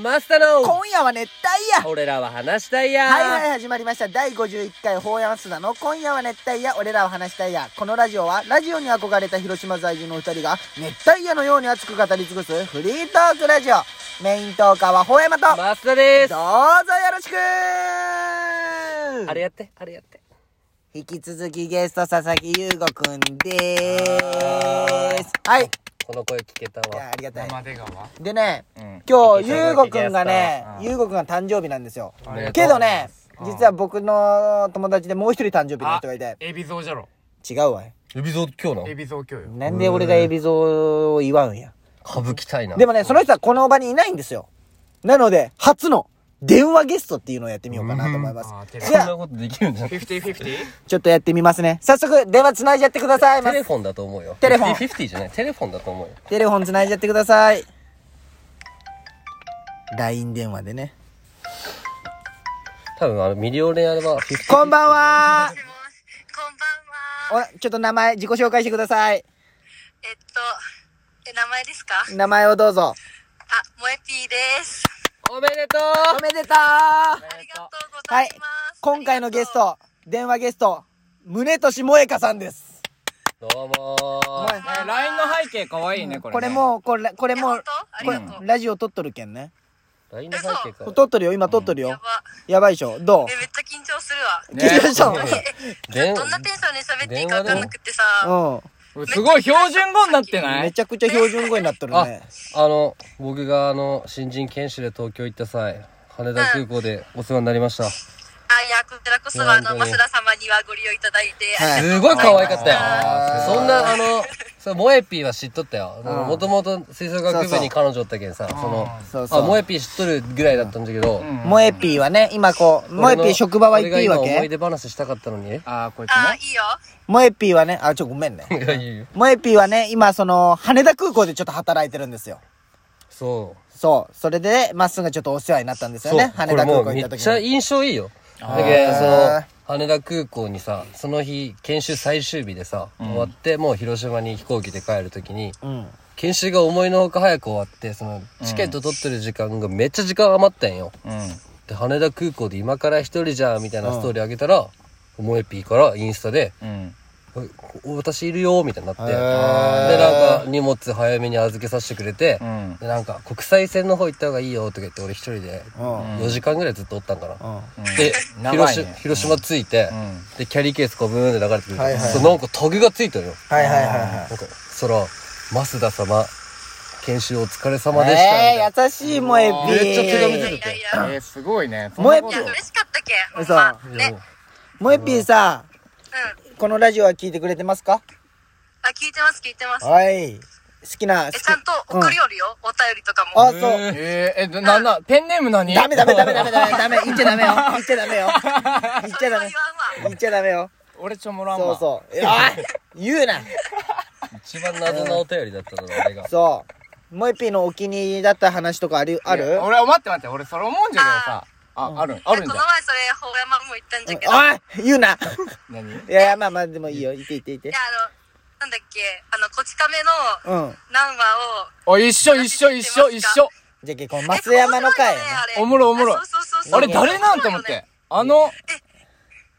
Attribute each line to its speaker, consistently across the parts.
Speaker 1: マスタの
Speaker 2: 今夜は熱帯夜
Speaker 1: 俺らは話したいや
Speaker 2: はいはい始まりました第51回法山須田の今夜は熱帯夜俺らは話したいやこのラジオはラジオに憧れた広島在住の二人が熱帯夜のように熱く語り尽くすフリートークラジオメイントーカーは法山とどうぞよ
Speaker 1: マスタです
Speaker 2: ろしく
Speaker 1: あれやってあれやって
Speaker 2: 引き続きゲスト佐々木優吾くんでーすはい
Speaker 1: この声聞けた
Speaker 2: いや
Speaker 1: わ
Speaker 2: ありがたい
Speaker 3: 生出川
Speaker 2: でね、
Speaker 3: うん
Speaker 2: 今日
Speaker 1: 引き続き
Speaker 2: ゆうごくんがね
Speaker 3: ゲストうん
Speaker 2: ゆうごくんが誕生日なんですよ
Speaker 3: ありがと
Speaker 2: け
Speaker 3: う
Speaker 2: どね
Speaker 3: うん
Speaker 2: 実は僕の友達でもう一人誕生日の人がいて
Speaker 3: エビゾウじゃろ
Speaker 2: 違うわい
Speaker 1: エビゾ今日の
Speaker 3: エビゾウ今日よ
Speaker 2: なんで俺がエビゾを祝うんや
Speaker 1: 歌舞伎たいな
Speaker 2: でもねその人はこの場にいないんですよなので初の電話ゲストっていうのをやってみようかなと思います
Speaker 3: うんあーテレビ
Speaker 2: じ
Speaker 1: そん
Speaker 2: ゃ
Speaker 1: な
Speaker 2: あ
Speaker 1: ことできるんじゃない
Speaker 3: フィフティフィフティ
Speaker 2: ちょっとやってみますね早速電話つないじゃってください
Speaker 1: テ
Speaker 2: ま
Speaker 1: レフォンだと思うよ
Speaker 2: テレフォン
Speaker 1: フィフティじゃないテレフォンだと思うよ
Speaker 2: テレフォンつないじゃってください LINE 電話でね
Speaker 1: 多分あのミリオネアはフィフティ
Speaker 2: こんばんは
Speaker 4: こんばんは。
Speaker 2: おちょっと名前自己紹介してください
Speaker 4: えっと、え、名前ですか
Speaker 2: 名前をどうぞ
Speaker 4: あ、萌えぴーです。
Speaker 1: おめでと
Speaker 2: おめでとう
Speaker 4: ありがとうご
Speaker 2: は
Speaker 4: ざ
Speaker 2: い
Speaker 4: います。
Speaker 2: 今回のゲスト電話ゲスト宗俊萌香さんです
Speaker 1: うどうもー
Speaker 2: はい
Speaker 3: ね LINE の背景かわいいねこれ
Speaker 2: これもうこれこれ
Speaker 4: え。
Speaker 2: も
Speaker 4: 本
Speaker 2: う
Speaker 4: 当あり
Speaker 2: こ
Speaker 4: が
Speaker 2: れ
Speaker 4: とう。
Speaker 2: ラジオ撮っとるけんね
Speaker 1: ラインの背景から
Speaker 2: 撮っとるよ今撮っとるよ
Speaker 4: やば。
Speaker 2: やばいでしょど
Speaker 4: え、めっちゃ緊張するわ。
Speaker 2: う緊張したの
Speaker 1: 電
Speaker 4: どんなテンションで喋っていいかわかんなくてさ。
Speaker 2: う
Speaker 3: もすごい標準語になって
Speaker 2: ん
Speaker 3: な
Speaker 2: め
Speaker 3: い
Speaker 2: ちゃくちゃ標準語になっとる
Speaker 1: あ
Speaker 2: ね、
Speaker 1: あの、僕があの、新人研修で東京行った際、羽田空港でお世話になりました。す
Speaker 4: あ、いや、こちらこそあの、
Speaker 1: いや本当に
Speaker 4: 増田様にはご利用いただいて。
Speaker 2: はい
Speaker 1: ごい可愛かった
Speaker 2: あー
Speaker 1: よ。そんな、あの、そう、モエピーは知っとったよ。
Speaker 2: ん
Speaker 1: もともと吹奏楽部に彼女おったけんさ、その、
Speaker 2: そう
Speaker 1: あ、モ
Speaker 2: そう
Speaker 1: エピー知っとるぐらいだったんだけど、
Speaker 2: 萌えピーはね今こう萌え
Speaker 1: 俺
Speaker 2: ピ
Speaker 1: の
Speaker 2: ー職場は行っていいわ
Speaker 1: 俺が今思い
Speaker 2: け
Speaker 1: 出話したかったのに。い
Speaker 3: あーこいつ
Speaker 4: あ
Speaker 3: ね、
Speaker 4: いいよ。
Speaker 2: 萌えピーはねあちょごめ んね
Speaker 1: や、いいよ。
Speaker 2: 萌えピーはね今その羽田空港でちょっと働いてるんですよ
Speaker 1: そう。
Speaker 2: そうそれでまっすぐちょっとお世話になったんですよ
Speaker 1: そう
Speaker 2: ね、羽
Speaker 1: これ
Speaker 2: 田
Speaker 1: も
Speaker 2: 空港
Speaker 1: うめ
Speaker 2: 行った
Speaker 1: っ
Speaker 2: 時
Speaker 1: ちゃ
Speaker 2: に
Speaker 1: 印象いいよ。だけど、その、羽田空港にさ、その日、研修最終日でさ、終わって、もう広島に飛行機で帰るときに、
Speaker 2: うん
Speaker 1: 研修が思いのほか早く終わって、その、チケット取ってる時間がめっちゃ時間余ったんよ。
Speaker 3: う
Speaker 1: で、羽田空港で今から一人じゃん、みたいなストーリーあげたら、萌えピーからインスタで、
Speaker 3: んうん
Speaker 1: おお私いるよ、みたいになって、
Speaker 2: へー
Speaker 1: で、なんか荷物早めに預けさせてくれて、
Speaker 3: うん
Speaker 1: で、なんか国際線の方行った方がいいよ、とか言って、俺一人で、
Speaker 2: うん
Speaker 1: 4時間ぐらいずっとおったんかな。
Speaker 2: うん
Speaker 1: で、
Speaker 3: 長いね
Speaker 1: 広し広島着いて、
Speaker 3: う
Speaker 1: で、キャリーケースこうブーンって流れてくる。
Speaker 2: はいはいはい
Speaker 1: そうなんかタグがついてるよ。
Speaker 2: はいはいはいはい
Speaker 1: なんか、そら、増田様、研修お疲れ様でした。みたいな
Speaker 2: えー、優しい萌え
Speaker 3: めっ
Speaker 2: ピ
Speaker 1: ちゃ手紙
Speaker 4: いや
Speaker 1: 出
Speaker 2: ー
Speaker 1: て
Speaker 4: いやいや。
Speaker 3: えー、すごいね
Speaker 2: 萌え
Speaker 3: そん
Speaker 4: い
Speaker 3: な
Speaker 4: や、
Speaker 3: こと
Speaker 4: 嬉しかったけ。ほん
Speaker 2: 嘘
Speaker 4: ま。ね。
Speaker 2: 萌えピーさ
Speaker 4: うん。
Speaker 2: このラジオは聞いてくれてますか
Speaker 4: あ、聞いてます、聞いてます。
Speaker 2: はい好きな好
Speaker 4: え、
Speaker 2: き
Speaker 4: ちゃんと送りよるよ。お便りとかも。
Speaker 2: あそう
Speaker 3: えー、えー、な、な、ペンネーム何
Speaker 2: ダメダメダメダメダメダメ言っちゃダメよ言っちゃダメよ言っちゃダメ
Speaker 4: それは言わんわ。
Speaker 2: 言っちゃダメよ
Speaker 3: 俺ちょもらん
Speaker 2: そ
Speaker 3: わ
Speaker 2: うそうおい言うな
Speaker 1: 一番謎なお便りだったのが、俺が。
Speaker 2: そう萌えピーのお気に入りだった話とかあるある
Speaker 3: いや俺は待って待って俺それ思うんじゃけどさあ、あるんあるん
Speaker 4: こ
Speaker 3: じ
Speaker 4: の
Speaker 3: ゃ
Speaker 4: 前それ、ほうやまも言ったんじゃけど。
Speaker 2: おい言うない
Speaker 3: 何
Speaker 2: やいやまあまあでもいいよ言って言って言っ
Speaker 4: い
Speaker 2: て
Speaker 4: や、あの、なんだっけ、あの、こち亀
Speaker 2: う
Speaker 4: の
Speaker 2: ん
Speaker 4: 何話を、
Speaker 3: お一緒一緒一緒一緒
Speaker 2: じゃけこの松山の会
Speaker 4: え
Speaker 2: ね
Speaker 3: おもろいおもろい
Speaker 4: あそうそうそうそ
Speaker 3: あ
Speaker 4: う
Speaker 3: れ誰なんと思っ。てあの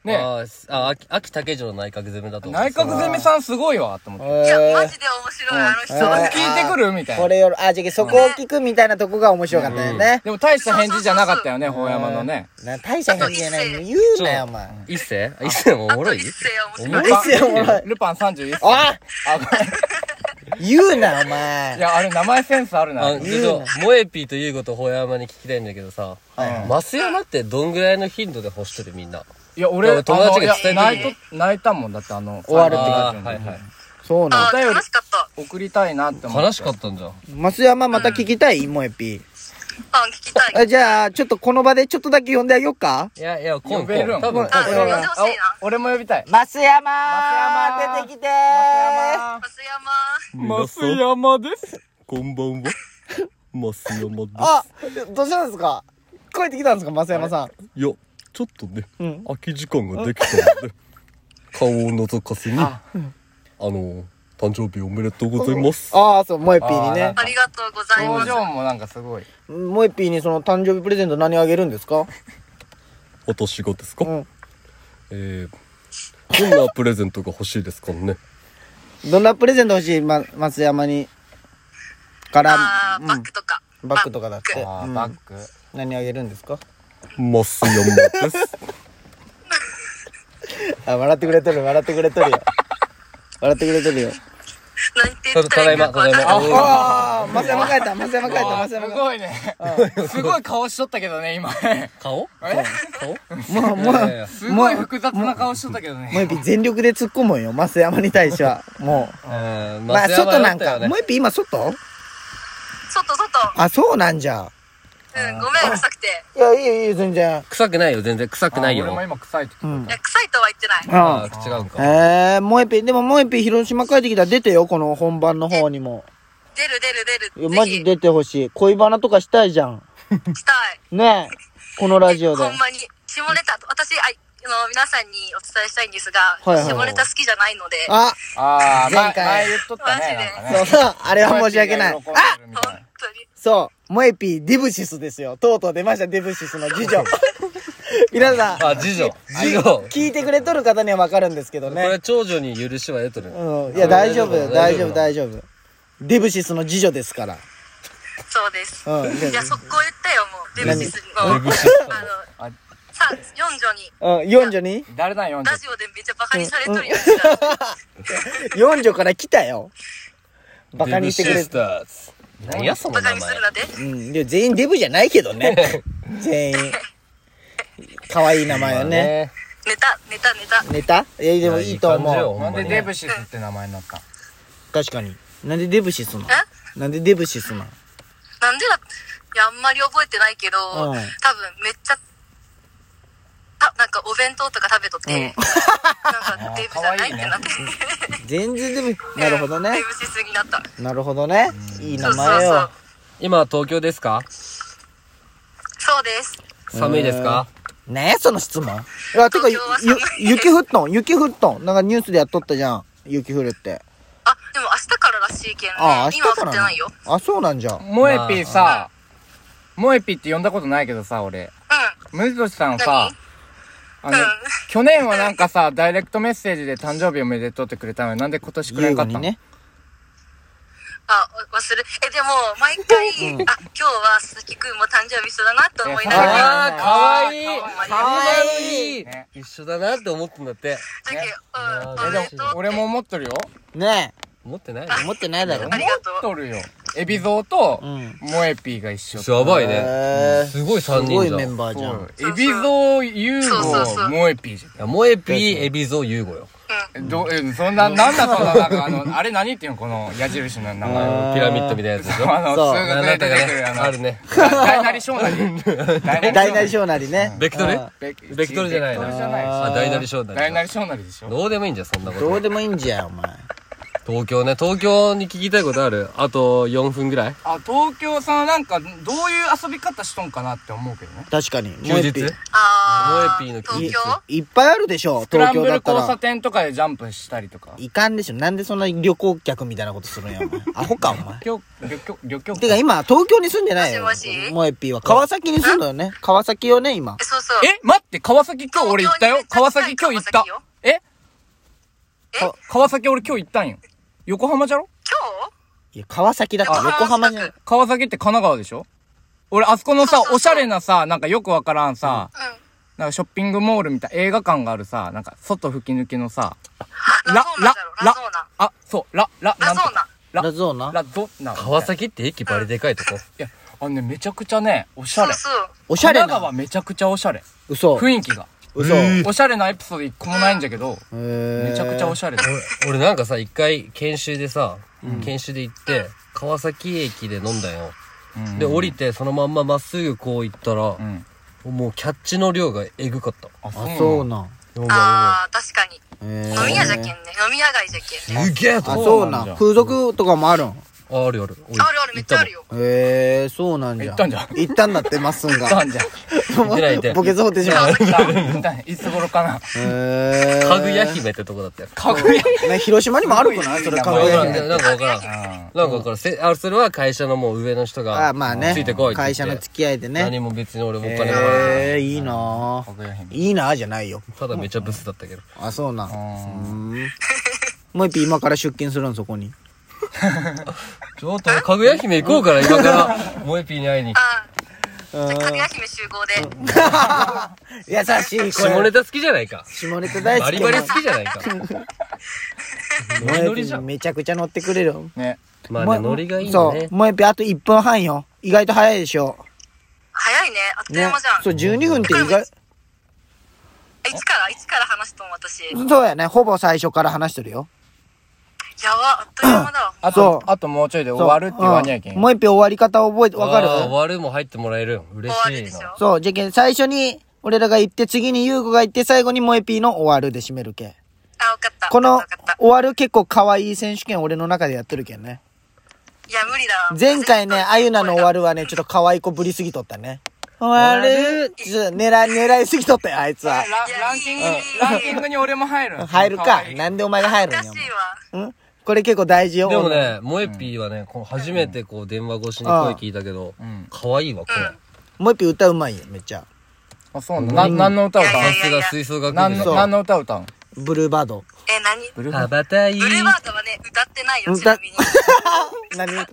Speaker 3: ね
Speaker 1: あーすあ、秋秋竹城の内閣攻めだと思う
Speaker 3: 内閣攻めさんすごいわと思って
Speaker 4: 面白いよねいや、
Speaker 2: え
Speaker 4: マジで面白い、あの人。
Speaker 3: そこ聞
Speaker 4: あ
Speaker 3: いてくるみた
Speaker 2: ー
Speaker 3: い
Speaker 2: こ
Speaker 3: な
Speaker 2: れよりあじゃけそこを聞くみたいなとこが面白かったよね
Speaker 3: でも大した返事じゃなかったよね法山のね
Speaker 2: な大した返事じゃないの言うなよお前
Speaker 1: 一世一世もおも
Speaker 4: と
Speaker 1: ろい
Speaker 4: 一世面
Speaker 1: お
Speaker 2: ル
Speaker 1: も
Speaker 4: 白い。
Speaker 2: パンですよお前
Speaker 3: ルパン31
Speaker 2: お
Speaker 3: 歳
Speaker 2: い
Speaker 3: あご
Speaker 2: 言うなお
Speaker 3: めんい
Speaker 2: 前
Speaker 3: やあれ名前センスあるな
Speaker 1: あ、
Speaker 3: うん
Speaker 1: ちょっと、萌えピーと優子とホヤマに聞きたいんだけどさ、増山ってどんぐらいの頻度で欲してるみんな。
Speaker 3: いや俺
Speaker 1: いや友達が
Speaker 3: あの
Speaker 1: 伝え
Speaker 3: い
Speaker 1: てる
Speaker 3: や泣いと泣いたもんだってあの
Speaker 2: 終わるって
Speaker 1: あ
Speaker 2: 感
Speaker 1: ー
Speaker 3: 30の
Speaker 1: はいはい。
Speaker 2: そう
Speaker 4: あ
Speaker 2: な
Speaker 3: お便り
Speaker 4: 楽しかった。
Speaker 3: 送りたいなって思って
Speaker 1: 悲しかったんじゃん。
Speaker 2: の増山また聞きたいもえぴ
Speaker 4: うん、聞きたい。
Speaker 2: あじゃあちょっとこの場でちょっとだけ呼んであげよっか
Speaker 1: いやいや、今
Speaker 3: 呼べる
Speaker 1: 多分、
Speaker 4: あ、
Speaker 2: 俺は
Speaker 4: 呼んでほしいな
Speaker 3: あ。俺も呼びたい
Speaker 2: 増山
Speaker 3: 山
Speaker 2: 出てきて
Speaker 4: 増山。
Speaker 3: 増山です
Speaker 1: こんばんは。マスヤマで
Speaker 2: あどうしたんですか聞こえてきたんですか増山さん
Speaker 1: す。いや、ちょっとね、
Speaker 2: うん
Speaker 1: 空き時間ができたので、顔を覗かせに、あの、誕生日おめでとうございます。
Speaker 2: ああ、そう、モエピーにね
Speaker 4: あ。りがとうございま
Speaker 3: 表
Speaker 4: す。
Speaker 3: 情もなんかすごい。
Speaker 2: モエピーにその誕生日プレゼント何あげるんですか
Speaker 1: 私がですか、
Speaker 2: うん
Speaker 1: えー、どんなプレゼントが欲しいですかね
Speaker 2: どんなプレゼント欲しい、ま、松山に。から
Speaker 4: あ、ー、バッグとか。
Speaker 2: うん、バッグとかだって。う
Speaker 3: あー
Speaker 2: ん
Speaker 3: バッグ。
Speaker 2: 何あげるんですか
Speaker 1: ます山です。
Speaker 2: あ、笑ってくれとる、笑ってくれとるよ。笑ってくれとるよ。
Speaker 4: 何言って言ったらいいのかわかんない。
Speaker 2: ああ、松山帰った、松山帰った、
Speaker 3: あ
Speaker 2: 松
Speaker 3: す
Speaker 2: 山帰っ
Speaker 3: ごいね。すごい顔しとったけどね、今。
Speaker 1: 顔
Speaker 3: え
Speaker 1: 顔
Speaker 2: た。もう、もう、
Speaker 3: すごい複雑な顔しとったけど
Speaker 2: モエ
Speaker 3: ね。
Speaker 2: ピー全力で突っ込むんよ、松山に対しては。もう。まあ、外なんか。モエピー今外
Speaker 4: 外、外。
Speaker 2: あ、そうなんじゃ。
Speaker 4: うん、ごめん、臭くて。
Speaker 2: いや、いいよ、いいよ、全然。
Speaker 1: 臭くないよ、全然臭くないよ。
Speaker 3: あ俺も今臭いって聞いた
Speaker 2: うん
Speaker 4: い。や、臭いとは言ってない。
Speaker 1: ああ、違うんか。
Speaker 2: ええー、もえぴ、でももえぴ広島帰ってきたら出てよ、この本番の方にも。
Speaker 4: 出る出る
Speaker 2: い
Speaker 4: 出
Speaker 2: や、
Speaker 4: る。
Speaker 2: マ
Speaker 4: ぜ
Speaker 2: ジ出てほしい。恋バナとかしたいじゃん。
Speaker 4: ひ、したい。
Speaker 2: ねえ、このラジオで
Speaker 4: ほん。まに。下ネタ、私、あいあの、皆さんにお伝えしたいんですが、
Speaker 2: はいはい
Speaker 4: 下ネタ好きじゃないので、
Speaker 2: あ、
Speaker 3: ああ、前
Speaker 2: 前回
Speaker 3: 前言っとったね。
Speaker 4: マジで
Speaker 3: なんか
Speaker 2: そ
Speaker 3: ね
Speaker 2: うそう、あれは申し訳ない。
Speaker 3: 喜んで
Speaker 2: あ、
Speaker 3: るみ
Speaker 4: 本
Speaker 3: たいな
Speaker 4: 当に。
Speaker 2: そう、もえぴ、ディブシスですよ。とうとう出ました、ディブシスの次女。 皆さん、
Speaker 1: あ、次女。次女。こ
Speaker 2: 聞いてくれとる方にはわかるんですけどね。
Speaker 1: れ、長女に許しは得とる。
Speaker 2: うん、いや、大丈夫、大
Speaker 1: 大
Speaker 2: 丈
Speaker 1: 丈
Speaker 2: 夫、
Speaker 1: 夫
Speaker 2: 大丈夫。ディブシスの次女ですから。
Speaker 4: そうです。
Speaker 2: うん
Speaker 4: いや、速攻言ったよ、もう。デブシス
Speaker 1: 何
Speaker 4: の。あ
Speaker 1: デ
Speaker 4: の
Speaker 1: ブシス、
Speaker 4: さ、四女に、
Speaker 2: うん、四女に
Speaker 3: 誰なんよんじ
Speaker 4: ラジオでめっちゃバカにされとるやん。うちら
Speaker 2: 四女から来たよ。バカにしてくれ
Speaker 1: デ
Speaker 2: て
Speaker 1: ブシス。ターズ何やその
Speaker 4: バカ
Speaker 1: 名
Speaker 4: に
Speaker 1: 前
Speaker 4: す。るなで。
Speaker 2: うん、でも全員デブじゃないけど ね。全員。可愛い名前よね。
Speaker 4: ネタ、ネタ、ネタ。
Speaker 2: ネタいや、でも
Speaker 1: いや
Speaker 2: いいと
Speaker 1: いい感じ
Speaker 2: 思
Speaker 1: よ
Speaker 2: う。
Speaker 3: ゃ。なんでデブシスって名前になったん
Speaker 2: 確かに。なんでデブシスなん
Speaker 4: え
Speaker 2: なんでデブシスなん
Speaker 4: なんでだいや、あんまり覚えてないけど、
Speaker 2: うん
Speaker 4: 多分めっちゃ、た、なんかお弁当とか食べとって、
Speaker 2: うん
Speaker 4: なんかデブじゃないってなって、
Speaker 2: 全然デブ。 なるほどね
Speaker 4: デ。ブしすぎになった。
Speaker 2: なるほどね。いい
Speaker 4: そ
Speaker 2: 名
Speaker 4: うそう
Speaker 2: 前
Speaker 4: そ
Speaker 2: よ
Speaker 4: う。。
Speaker 1: 今は東京ですか
Speaker 4: そうです。
Speaker 1: 寒いですか
Speaker 2: ねえ、その質問。いや、てか、ゆ
Speaker 4: 東京は寒、い
Speaker 2: ゆ雪降っとん雪降っとんなんかニュースでやっとったじゃん。雪降るって。
Speaker 4: あ、でも明日かららしいけんね。
Speaker 2: ああ、明
Speaker 4: 今
Speaker 2: 日
Speaker 4: は
Speaker 2: か
Speaker 4: 降
Speaker 2: ら
Speaker 4: ってないよ。うん。
Speaker 2: あ、そうなんじゃん。
Speaker 3: モエピーさ、モエピーって呼んだことないけどさ、俺。ムズトシさんさ、あの
Speaker 4: うん、
Speaker 3: 去年はなんかさ、ダイレクトメッセージで誕生日おめでとうってくれたのになんで今年くれ
Speaker 2: 優
Speaker 3: な
Speaker 2: 雅
Speaker 3: かった
Speaker 2: に
Speaker 3: の
Speaker 2: ね。
Speaker 4: あ、忘れ、え、でも、毎回、あ、今日は鈴木くんも誕生日一緒だなと思いながら、
Speaker 1: あー、かわいい
Speaker 4: あー
Speaker 1: かわいい
Speaker 3: ね
Speaker 1: 一緒だなって思ってんだって。
Speaker 4: だけど、うん、
Speaker 1: ね
Speaker 4: おめでとうって。
Speaker 3: 俺も思っとるよ。
Speaker 2: ね
Speaker 1: 思ってない
Speaker 2: え、
Speaker 1: の
Speaker 2: 思ってないだろ
Speaker 3: 思。
Speaker 4: りがとう
Speaker 3: っとるよ。エビゾーと
Speaker 2: ん、
Speaker 3: モエピーが一緒。
Speaker 1: やばいね。
Speaker 2: えー
Speaker 1: すごい
Speaker 2: す
Speaker 1: 三
Speaker 2: ご
Speaker 1: 人
Speaker 2: い
Speaker 1: じゃん。
Speaker 2: メ
Speaker 1: い
Speaker 2: ンバー
Speaker 3: そ
Speaker 2: じゃん。
Speaker 3: うエビゾー、ユ
Speaker 4: そうそう
Speaker 3: ー
Speaker 4: そ
Speaker 3: ゴ、
Speaker 4: う
Speaker 3: モエピーじ
Speaker 1: や、萌えぴー、エビゾ、ユーゴよ。
Speaker 3: ゃん。ど、えそんな、なんだそんな、なんかあの、あれ何っていうのこの矢印の名前。
Speaker 1: ピラミッドみたいなやつでしょ
Speaker 3: あの、
Speaker 2: そう
Speaker 3: 数
Speaker 1: あ
Speaker 3: 学
Speaker 1: な
Speaker 3: で
Speaker 1: た
Speaker 3: 出
Speaker 1: が
Speaker 3: てく
Speaker 1: ね、
Speaker 3: るあの、
Speaker 1: あるね。
Speaker 3: 大なり小なり。
Speaker 2: 大なり小なりね。
Speaker 1: ベクトル
Speaker 2: うん
Speaker 3: ベ
Speaker 1: ベクトルじゃないな
Speaker 3: ベクトルじゃない
Speaker 1: あ、大なり小な
Speaker 3: 大
Speaker 1: り
Speaker 3: な
Speaker 1: だ。
Speaker 3: り小なりでしょ
Speaker 1: どうでもいいんじゃん、そんなこ
Speaker 2: ど
Speaker 1: と
Speaker 2: う。でもいいんじゃよ、お前。
Speaker 1: 東京ね、東京に聞きたいことあるあと4分ぐらい
Speaker 3: あ、東京さんなんか、どういう遊び方しとんかなって思うけどね。
Speaker 2: 確かに。
Speaker 1: 休日
Speaker 2: もう
Speaker 4: あー、
Speaker 1: モエピーの休日
Speaker 4: 東京
Speaker 2: いいっぱいあるでしょ、
Speaker 3: スクラ
Speaker 2: 東
Speaker 3: ンブ
Speaker 2: 京だ
Speaker 3: ル
Speaker 2: った
Speaker 3: 交差
Speaker 2: ら。
Speaker 3: 点とかでジャンプしたりとか。
Speaker 2: いかんでしょ。なんでそんな旅行客みたいなことするんや、お前。 アホか、お前。
Speaker 3: 旅行、旅行、旅行。
Speaker 2: てか今、東京に住んでないよ
Speaker 4: もしもし。
Speaker 2: もえぴーは。川崎に住んだよね。川崎よね、今
Speaker 4: え。そうそう。
Speaker 3: え、待って、川崎今日俺行ったよ。川崎
Speaker 4: 東京に
Speaker 3: 今日行った
Speaker 4: 川崎よ。
Speaker 3: え
Speaker 4: え
Speaker 3: か川崎俺今日行ったんよ。横浜じゃろ
Speaker 4: 今日
Speaker 2: いや、川崎だから、
Speaker 4: あ
Speaker 2: 横浜じゃない。
Speaker 3: 川崎って神奈川でしょ俺、あそこのさ
Speaker 4: そうそう、そう
Speaker 3: おしゃれなさ、なんかよくわからんさ、
Speaker 4: うん。
Speaker 3: なんかショッピングモールみたい、映画館があるさ、なんか外吹き抜けのさ、
Speaker 4: ラゾーナだろ、ラゾーナ。
Speaker 3: あ、そう、ラ、ラ、
Speaker 4: ラ
Speaker 3: なんと
Speaker 4: ゾーナ。
Speaker 3: ラ
Speaker 2: ラゾーナ
Speaker 3: ラゾーナ。
Speaker 1: 川崎って駅バリでかいとこ。
Speaker 3: いや、あのね、めちゃくちゃね、おしゃ
Speaker 4: そう
Speaker 3: れ。
Speaker 4: そう。
Speaker 2: おしゃれ
Speaker 3: 神奈川
Speaker 2: な。
Speaker 3: めちゃくちゃおしゃれ。
Speaker 2: 嘘。
Speaker 3: 雰囲気が。
Speaker 2: 嘘。
Speaker 3: おしゃれなエピソード一個もないんじゃけど、
Speaker 2: め
Speaker 3: めちゃくちゃお
Speaker 2: ゃ
Speaker 3: しゃれだ。
Speaker 1: 俺、俺なんかさ、一回研修でさ、研修で行って、川崎駅で飲んだよ。
Speaker 3: うん
Speaker 1: で、降りて、そのまんままっすぐこう行ったら
Speaker 3: う、ん。
Speaker 1: もうキャッチの量がえぐかった。
Speaker 3: あ、
Speaker 2: あ、
Speaker 3: そう
Speaker 2: そ
Speaker 3: な
Speaker 2: うんなん。
Speaker 1: もう
Speaker 3: だ。
Speaker 4: あー、確かに。
Speaker 2: え
Speaker 4: 飲み屋じゃけんね。飲み屋街じゃけんね。
Speaker 1: すげえと
Speaker 2: あ、
Speaker 1: こ
Speaker 2: そう
Speaker 3: そうなんじ
Speaker 2: な
Speaker 3: ゃ
Speaker 2: ん。風俗とかもあるん。
Speaker 1: あ、あるある。
Speaker 4: あるある、めっちゃあるよ。
Speaker 2: へえー、そうなんじゃ。
Speaker 3: 行ったんじゃん
Speaker 2: 行ったんだって、まっすんが。
Speaker 3: 行ったんじゃん。
Speaker 1: 行ってない で
Speaker 2: ボケそうってしまう。
Speaker 3: 行った行ったいつ頃かな。
Speaker 2: へー
Speaker 1: かぐや。姫ってとこだったよ。
Speaker 3: かぐや
Speaker 2: ね、広島にもあるくないそれ、かぐ
Speaker 1: わ
Speaker 2: や
Speaker 1: からん
Speaker 2: 姫。
Speaker 1: なんかわからん。なんかわからん。せあそれは会社のもう上の人が、
Speaker 2: あまあね。
Speaker 1: ついてこいって言って。
Speaker 2: 会社の付き合いで
Speaker 1: 何
Speaker 2: ね。
Speaker 1: も別に俺もお金もらわない。
Speaker 2: えー、いいな
Speaker 3: かぐ
Speaker 2: ぁ。
Speaker 3: や姫。
Speaker 2: いいなぁじゃないよ。
Speaker 1: ただめっちゃブスだったけど。
Speaker 2: あ、そうなん。う
Speaker 3: ー
Speaker 2: ーん。もう一匹今から出勤するん、そこに。
Speaker 1: ちょっと、かぐや姫行こうから、今 から。萌えピーに会いに。
Speaker 4: あーじゃあ、かぐや姫集合で。
Speaker 2: 優しい、こ
Speaker 1: 下ネ
Speaker 2: れ。
Speaker 1: タ好きじゃないか。
Speaker 2: 下ネタ大好
Speaker 1: バ
Speaker 2: き。
Speaker 1: リバリ好きじゃないか。ノリノリじゃん。
Speaker 2: めちゃくちゃ乗ってくれるよ。
Speaker 3: ね。
Speaker 1: まあ
Speaker 2: も
Speaker 1: ね、
Speaker 2: う
Speaker 1: ノリがいいよ
Speaker 2: そ
Speaker 1: ね
Speaker 2: う。。もう一匹あと1分半よ。意外と早いでしょ。
Speaker 4: 早いね。あっという
Speaker 2: ね
Speaker 4: 間じゃん。
Speaker 2: そう、12分って意外、
Speaker 4: えいつからいつから話すとん私。
Speaker 2: そうやね。ほぼ最初から話してるよ。
Speaker 4: やば、あっという間だわ。
Speaker 3: あ
Speaker 2: そう
Speaker 3: と、あともうちょいで終わるって言わにゃいけ。
Speaker 2: うんんもう一匹終わり方覚えて、わかる
Speaker 1: あー終わるも入ってもらえる。嬉
Speaker 4: 終わる
Speaker 1: し
Speaker 4: で
Speaker 1: い
Speaker 4: し
Speaker 1: な。
Speaker 4: ょ。
Speaker 2: そう、じゃけん、最初に、俺らが言って、次に優子が言って、最後に萌えピーの終わるで締めるけん。
Speaker 4: あ、わかった。
Speaker 2: この
Speaker 4: わかった。
Speaker 2: 終わる結構可愛い選手権俺の中でやってるけんね。
Speaker 4: いや、無理だわ。
Speaker 2: 前回ね、あゆなの終わるはね、ちょっと可愛い子ぶりすぎとったね。終わるちょっと狙い、狙いすぎとったよ、あいつは。
Speaker 3: ラランキング、ランキングに俺も入る。
Speaker 2: 入る
Speaker 3: 可
Speaker 2: か
Speaker 3: 愛。い
Speaker 2: なんでお前が入るん
Speaker 4: 難
Speaker 2: よ
Speaker 4: し。いわ。
Speaker 2: うんこれ結構大事よ。
Speaker 1: でもね、萌えピーはね、この初めてこう電話越しに声聞いたけど
Speaker 3: ん、
Speaker 1: 可愛いわ、これ。
Speaker 2: もう一匹歌うまいよ、めっちゃ。
Speaker 3: あ、そうなの。な、何の歌歌う
Speaker 1: さ
Speaker 4: いや
Speaker 1: す
Speaker 4: いやい
Speaker 1: が
Speaker 4: や
Speaker 1: 吹奏楽
Speaker 3: の
Speaker 1: 部
Speaker 3: 何
Speaker 1: だ
Speaker 2: そう
Speaker 3: の、何の歌歌うの
Speaker 2: ブルーバード。
Speaker 4: え、何
Speaker 3: ブル
Speaker 1: 羽
Speaker 3: ー
Speaker 1: ばたい
Speaker 4: ブルーバードはね、歌ってないよ、ち
Speaker 2: 歌
Speaker 4: な
Speaker 2: っ
Speaker 4: みに。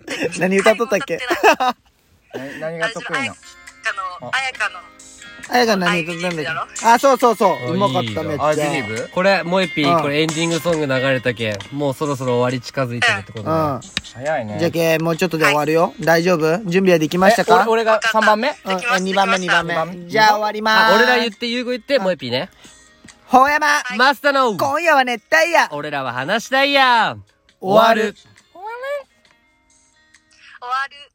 Speaker 2: 何、何歌っとったっけ
Speaker 3: 何何
Speaker 4: あ
Speaker 3: が
Speaker 4: れ、
Speaker 3: 得
Speaker 4: それ、あ
Speaker 3: 意
Speaker 4: や
Speaker 3: の
Speaker 4: かの、あやかの。
Speaker 2: あやが何歌ったんだっけあ、そうそうそう。うまかった、めっちゃ。
Speaker 3: アイビリーブ
Speaker 1: これ、萌えピ
Speaker 2: うん
Speaker 1: ー、これエンディングソング流れたけん、もうそろそろ終わり近づいてるってことね。
Speaker 2: う
Speaker 3: 早い
Speaker 2: ん。じゃ
Speaker 3: ね。
Speaker 2: け、もうちょっとで終わるよ。大丈夫準備はできました
Speaker 3: え、俺
Speaker 2: か
Speaker 3: 俺が3番目
Speaker 4: わかったできました
Speaker 2: 2番目、
Speaker 4: で
Speaker 2: 2
Speaker 4: きました
Speaker 2: 番
Speaker 3: 二番
Speaker 2: 目。
Speaker 3: 目
Speaker 2: じゃあ終わりま
Speaker 1: あ
Speaker 2: ーす。
Speaker 1: 俺ら言って、ゆうご言って、萌えピーね。
Speaker 2: ほうやま、
Speaker 1: マスターの
Speaker 2: 今夜は熱帯夜
Speaker 1: 俺らは話したいや
Speaker 2: 終わる。
Speaker 4: 終わる。